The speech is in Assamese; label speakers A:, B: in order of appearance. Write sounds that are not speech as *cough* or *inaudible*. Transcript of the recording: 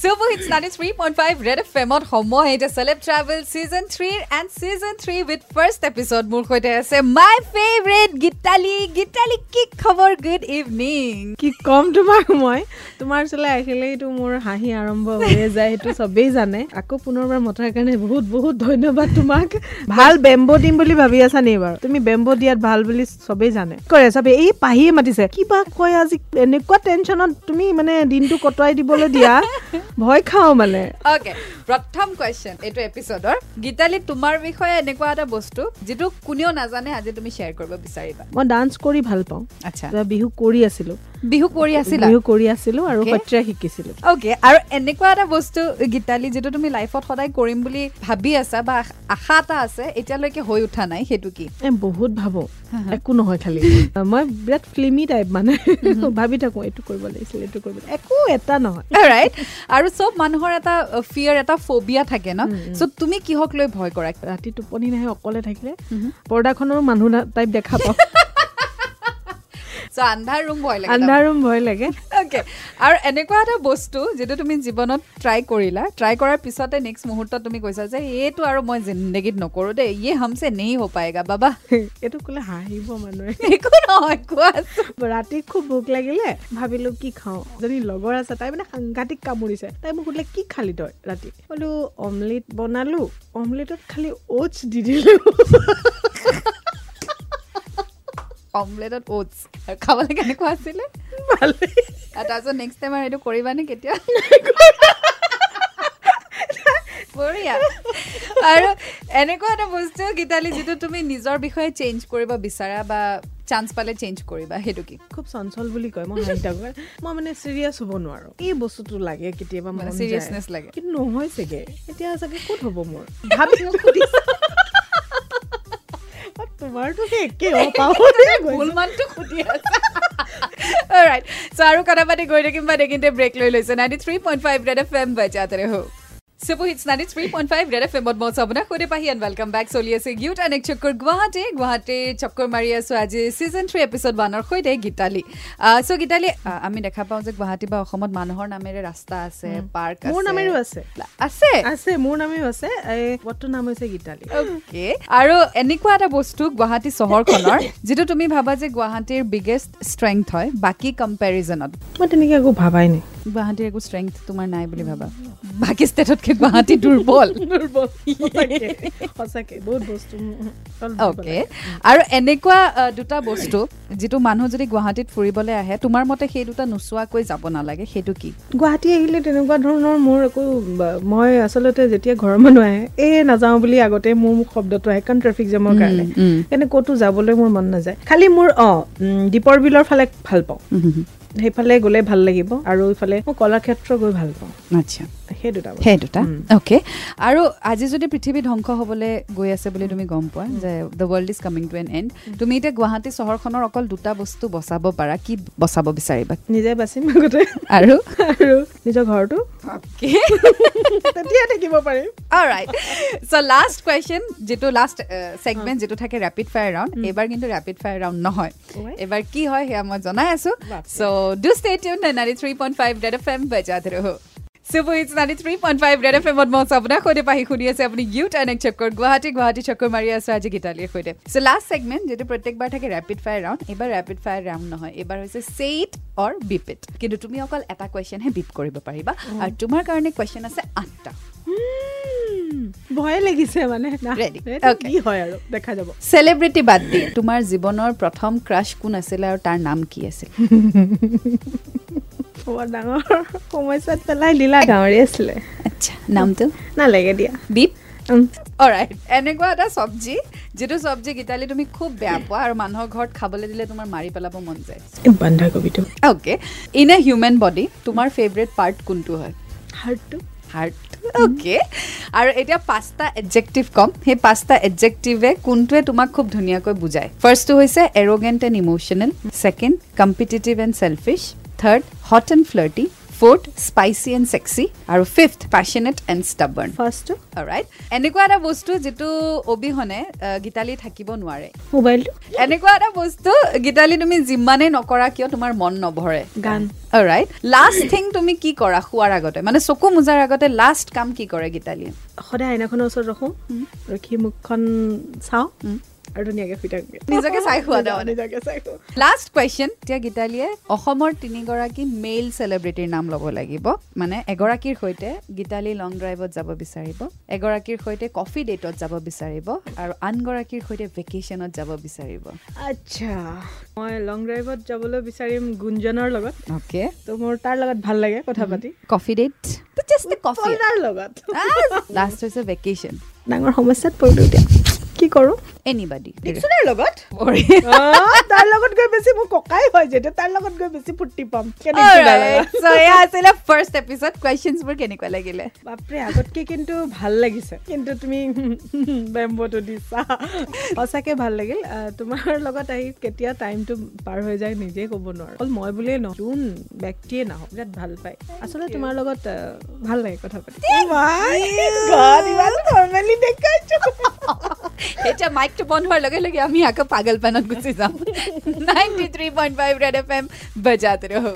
A: Super hits ninety three point five red F এমত সময় এতিয়া চেলেব ট্ৰাভেল ছিজন থ্ৰীৰ and season three with first episode মোৰ সৈতে আছে মাই ফেভৰেট গীতালি গীতালি কি খবৰ গুড ইভিনিং
B: কি ক'ম তোমাক মই তোমাৰ ওচৰলৈ আহিলেইতো মোৰ হাঁহি আৰম্ভ হৈয়ে যায় সেইটো চবেই জানে আকৌ পুনৰবাৰ মতাৰ কাৰণে বহুত বহুত ধন্যবাদ তোমাক ভাল বেম্বো দিম বুলি ভাবি আছা নি বাৰু তুমি বেম্বো দিয়াত ভাল বুলি চবেই জানে কি কৰে চবে এই পাহিয়ে মাতিছে কিবা কয় আজি এনেকুৱা টেনশ্যনত তুমি মানে দিনটো কটোৱাই দিবলৈ দিয়া ভয় খাওঁ মানে
A: অ'কে প্ৰথম কুৱেশ্যন এইটো এপিছডৰ গীতালি তোমাৰ বিষয়ে এনেকুৱা এটা বস্তু যিটো কোনেও নাজানে আজি তুমি শ্বেয়াৰ কৰিব বিচাৰিবা
B: মই ডান্স কৰি ভাল পাওঁ
A: আচ্ছা
B: কিবা বিহু কৰি আছিলোঁ
A: বিহু কৰি আছিলা
B: বিহু কৰি আছিলোঁ আৰু
A: Okay.
B: সত্ৰীয়া শিকিছিলোঁ
A: অ'কে আৰু এনেকুৱা এটা বস্তু গীতালি যিটো তুমি লাইফত সদায় কৰিম বুলি ভাবি আছা বা আশ- আশা এটা আছে এতিয়ালৈকে হৈ উঠা নাই সেইটো কি
B: এ বহুত ভাবো একো নহয় খালি মই বিৰাট ফিল্মি টাইপ মানে *laughs* ভাবি থাকো এইটো কৰিব লাগিছিল এইটো কৰিব লাগিছিল। একো এটা নহয়
A: ৰাইট আৰু চব মানুহৰ এটা ফিয়াৰ এটা ফবিয়া থাকে ন চ' তুমি কিহক লৈ ভয় কৰা
B: ৰাতি টোপনি নাহে অকলে থাকিলে পৰ্দাখনৰো মানুহ টাইপ দেখা পাওঁ
A: চ' আন্ধাৰ ৰুম ভয় লাগে
B: আন্ধাৰ ৰুম ভয় লাগে *laughs*
A: অ'কে আৰু এনেকুৱা এটা বস্তু যিটো তুমি জীৱনত ট্ৰাই কৰিলা ট্ৰাই কৰাৰ পিছতে নেক্সট মুহূৰ্তত তুমি কৈছা যে এইটো আৰু মই জিন্দগীত নকৰোঁ দেই ইয়ে হামছে নেই হ'ব পায়েগা বাবা
B: এইটো ক'লে হাঁহিব মানুহে *laughs*
A: একো নহয় কোৱাচোন
B: ৰাতি খুব ভোক লাগিলে ভাবিলো কি খাওঁ যদি লগৰ আছে তাই মানে সাংঘাতিক কামুৰিছে তাই মোক সুধিলে কি খালি তই ৰাতি ক'লো অমলেট বনালো অমলেটত খালি অ'টছ দি দিলো *laughs*
A: অমলেটত অ'টছ আৰু খাবলৈ কেনেকুৱা আছিলে
B: ভালেই
A: আৰু তাৰপিছত নেক্সট টাইম আৰু এইটো কৰিবানে কেতিয়া বঢ়িয়া আৰু এনেকুৱা এটা বস্তু গীতালি যিটো তুমি নিজৰ বিষয়ে চেঞ্জ কৰিব বিচাৰা বা চান্স পালে চেঞ্জ কৰিবা সেইটো কি
B: খুব চঞ্চল বুলি কয় মই হাঁহি থাকো মই মানে চিৰিয়াছ হ'ব নোৱাৰো এই বস্তুটো লাগে কেতিয়াবা
A: মানে
B: মানে
A: seriousness
B: চিৰিয়াছনেছ
A: লাগে।
B: লাগে কিন্তু নহয় চাগে এতিয়া চাগে ক'ত হ'ব *laughs* মোৰ ভাবি মোক সুধিছা। অ, তোমাৰতো সেই একে অ, পাহৰিয়ে
A: ভুল
B: গৈছো।
A: মানটো সুধি আছা অলৰাইট চ' আৰু কথা পাতি গৈ থাকিম বা দেখিনতে ব্ৰেক লৈ লৈছে ninety three point five red F M বাজাতে হওক super hits ninety three point five red F এমত মই আপোনাক সুধি পাহি এণ্ড ৱেলকাম বেক চলি আছে গীত এণ্ড এক চক্কৰ গুৱাহাটী গুৱাহাটীৰ চক্কৰ মাৰি আছোঁ আজি ছিজন থ্ৰী এপিছড ওৱানৰ সৈতে গীতালি চ' গীতালি আহ, আমি দেখা পাওঁ যে গুৱাহাটী বা অসমত মানুহৰ নামেৰে ৰাস্তা আছে পাৰ্ক
B: মোৰ নামেৰেও আছে
A: আছে
B: আছে মোৰ নামেও আছে এই পদটোৰ নাম হৈছে গীতালী
A: Okay. আৰু এনেকুৱা এটা বস্তু গুৱাহাটী চহৰখনৰ *coughs* যিটো তুমি ভাবা যে গুৱাহাটীৰ বিগেষ্ট ষ্ট্ৰেংথ হয় বাকী কম্পেৰিজনত
B: মই তেনেকৈ একো ভাবাই নাই
A: গুৱাহাটীৰ একো ষ্ট্ৰেংথ তোমাৰ নাই বুলি ভাবা বাকী ষ্টেটতকৈ গুৱাহাটী দুৰ্বল
B: দুৰ্বল সঁচাকে, সঁচাকে বহুত বস্তু
A: অ'কে আৰু এনেকুৱা আহ, দুটা বস্তু যিটো মানুহ যদি গুৱাহাটীত ফুৰিবলৈ আহে তোমাৰ মতে সেই দুটা নোচোৱাকৈ যাব নালাগে সেইটো কি
B: গুৱাহাটী আহিলে তেনেকুৱা ধৰণৰ মোৰ একো বা- মই আচলতে যেতিয়া ঘৰৰ মানুহ আহে এই নাযাওঁ বুলি আগতে মোৰ মুখ শব্দটো আহে কাৰণ ট্ৰেফিক জামৰ কাৰণে
A: উম।
B: কিন্তু ক'তো যাবলৈ মোৰ মন নাযায় খালি মোৰ অঁ উম, দীপৰ বিলৰ ফালে ভাল পাওঁ সেইফালে গ'লে ভাল লাগিব আৰু ইফালে মই কলাক্ষেত্ৰ গৈ ভাল পাওঁ
A: আচ্ছা
B: সেই দুটা বস্তু।
A: সেই দুটা অ'কে আৰু আজি যদি পৃথিৱী ধ্বংস হ'বলৈ গৈ আছে বুলি তুমি গম পোৱা যে the world is coming to an end তুমি এতিয়া গুৱাহাটী চহৰখনৰ অকল দুটা বস্তু বচাব পাৰা কি বচাব বিচাৰিবা
B: নিজে বাচিম আগতে
A: আৰু
B: আৰু নিজৰ ঘৰটো তেতিয়া থাকিব পাৰিম
A: অলৰাইট চ' লাষ্ট কুৱেশ্যন যিটো লাষ্ট ছেগমেণ্ট যিটো uh, থাকে ৰেপিড ফায়াৰ ৰাউণ্ড এইবাৰ কিন্তু ৰেপিড ফায়াৰ ৰাউণ্ড নহয়
B: Alright.
A: এইবাৰ কি হয় সেয়া মই জনাই আছোঁ
B: বাপৰে।
A: So' do stay tune ninety three point five red F M বজাত ৰহো super hits ninety three point five red F এমত মই আছোঁ আপোনাৰ সৈতে পাহি শুনি আছে আপুনি ইউ টাৰ্ণ এক চক্কৰ গুৱাহাটী গুৱাহাটী চক্কৰ মাৰি আছোঁ আজি গীতালীৰ সৈতে চ' লাষ্ট ছেগমেণ্ট যিটো প্ৰত্যেকবাৰ থাকে ৰেপিড ফায়াৰ ৰাউণ্ড এইবাৰ ৰেপিড ফায়াৰ ৰাউণ্ড নহয় এইবাৰ হৈছে চেইট অৰ বিপিট কিন্তু তুমি অকল এটা কুৱেশ্যনহে বিপ কৰিব পাৰিবা আৰু তোমাৰ কাৰণে কুৱেশ্যন আছে আঠটা
B: ভয়ে লাগিছে মানে না-
A: Ready?
B: এইটো
A: Okay.
B: কি হয় আৰু দেখা যাব
A: চেলিব্ৰিটি বাদ দি তোমাৰ জীৱনৰ প্ৰথম ক্ৰাছ কোন আছিলে আৰু তাৰ নাম কি আছিল
B: বৰ ডাঙৰ সমস্যাত পেলাই দিলা ডাঙৰে আছিলে
A: আচ্ছা নামটো
B: নালাগে দিয়া
A: বিপ
B: উম।
A: অলৰাইট এনেকুৱা এটা চব্জি যিটো চব্জি গীতালি তুমি খুব বেয়া পোৱা আৰু মানুহৰ ঘৰত খাবলৈ দিলে তোমাৰ মাৰি পেলাব মন যায়
B: বন্ধাকবিটো
A: okay in a human body তোমাৰ ফেভৰেট পাৰ্ট কোনটো হয়
B: হাৰ্টটো
A: হাৰ্ট অ'কে আৰু এতিয়া পাঁচটা এডজেক্টিভ ক'ম সেই পাঁচটা এডজেক্টিভে কোনটোৱে তোমাক খুব ধুনীয়াকৈ বুজায় ফাৰ্ষ্টটো হৈছে arrogant and emotional second competitive and selfish third hot and flirty fourth spicy and sexy আৰু ফিফ্থ পেচনেট এণ্ড ষ্টাবাৰ্ণ
B: ফাৰ্ষ্টটো
A: ৰাইট এনেকুৱা এটা বস্তু যিটো অবিহনে আহ, গীতালি থাকিব নোৱাৰে
B: মোবাইলটো
A: এনেকুৱা এটা বস্তু গীতালি তুমি যিমানে নকৰা কিয় তোমাৰ মন নভৰে
B: গান
A: ৰাইট লাষ্ট থিং তুমি কি কৰা শোৱাৰ আগতে মানে চকু মোজাৰ আগতে লাষ্ট কাম কি কৰে গীতালীয়ে
B: সদায় আইনাখনৰ ওচৰত ৰাখোঁ ৰখি মুখখন চাওঁ
A: উম।
B: আৰু ধুনীয়াকৈ ফিটাকৈ
A: নিজকে চাই শোৱা তাৰমানে।
B: নিজকে চাই শোৱা
A: লাষ্ট কুৱেশ্যন এতিয়া গীতালীয়ে অসমৰ তিনিগৰাকী মেইল চেলিব্ৰিটিৰ নাম ল'ব লাগিব মানে এগৰাকীৰ সৈতে গীতালী লং ড্ৰাইভত যাব বিচাৰিব এগৰাকীৰ সৈতে কফি ডেটত যাব বিচাৰিব আৰু আনগৰাকীৰ সৈতে ভেকেশ্যনত যাব বিচাৰিব
B: আচ্ছা মই লং ড্ৰাইভত যাবলৈ বিচাৰিম গুঞ্জনৰ লগত
A: অ'কে
B: তো মোৰ তাৰ লগত ভাল লাগে কথা পাতি
A: কফি ডেট জাষ্ট কফি
B: তই তাৰ লগত
A: লাষ্ট হৈছে ভেকেশ্যন
B: ডাঙৰ সমস্যাত পৰিলোঁ এতিয়া কি কৰোঁ
A: এনিবাডি
B: ডিক্সনাৰ লগত তাৰ লগত গৈ বেছি মোৰ ককাই হয় যেতিয়া তাৰ লগত গৈ বেছি ফূৰ্তি পাম কেনেকে কিবা লগা?
A: আছিলে ফাৰ্ষ্ট এপিছড কুৱেশ্যনবোৰ কেনেকুৱা লাগিলে
B: বাপৰে আগতকে কিন্তু ভাল লাগিছে কিন্তু তুমি বেম্বটো দিছা সঁচাকে ভাল লাগিল আহ, তোমাৰ লগত আহি কেতিয়া টাইমটো পাৰ হৈ যায় নিজেই ক'ব নোৱাৰো অকল মই বুলিয়ে নহয় যোন ব্যক্তিয়ে নাহক বিৰাট ভাল পায় আচলতে তোমাৰ লগত আহ, ভাল লাগে কথা পাতি
A: এতিয়া মাইকটো বন্ধ হোৱাৰ লগে লগে আমি আকৌ পাগল পানত গুচি যাম ninety three point five red F M বজাত ৰহ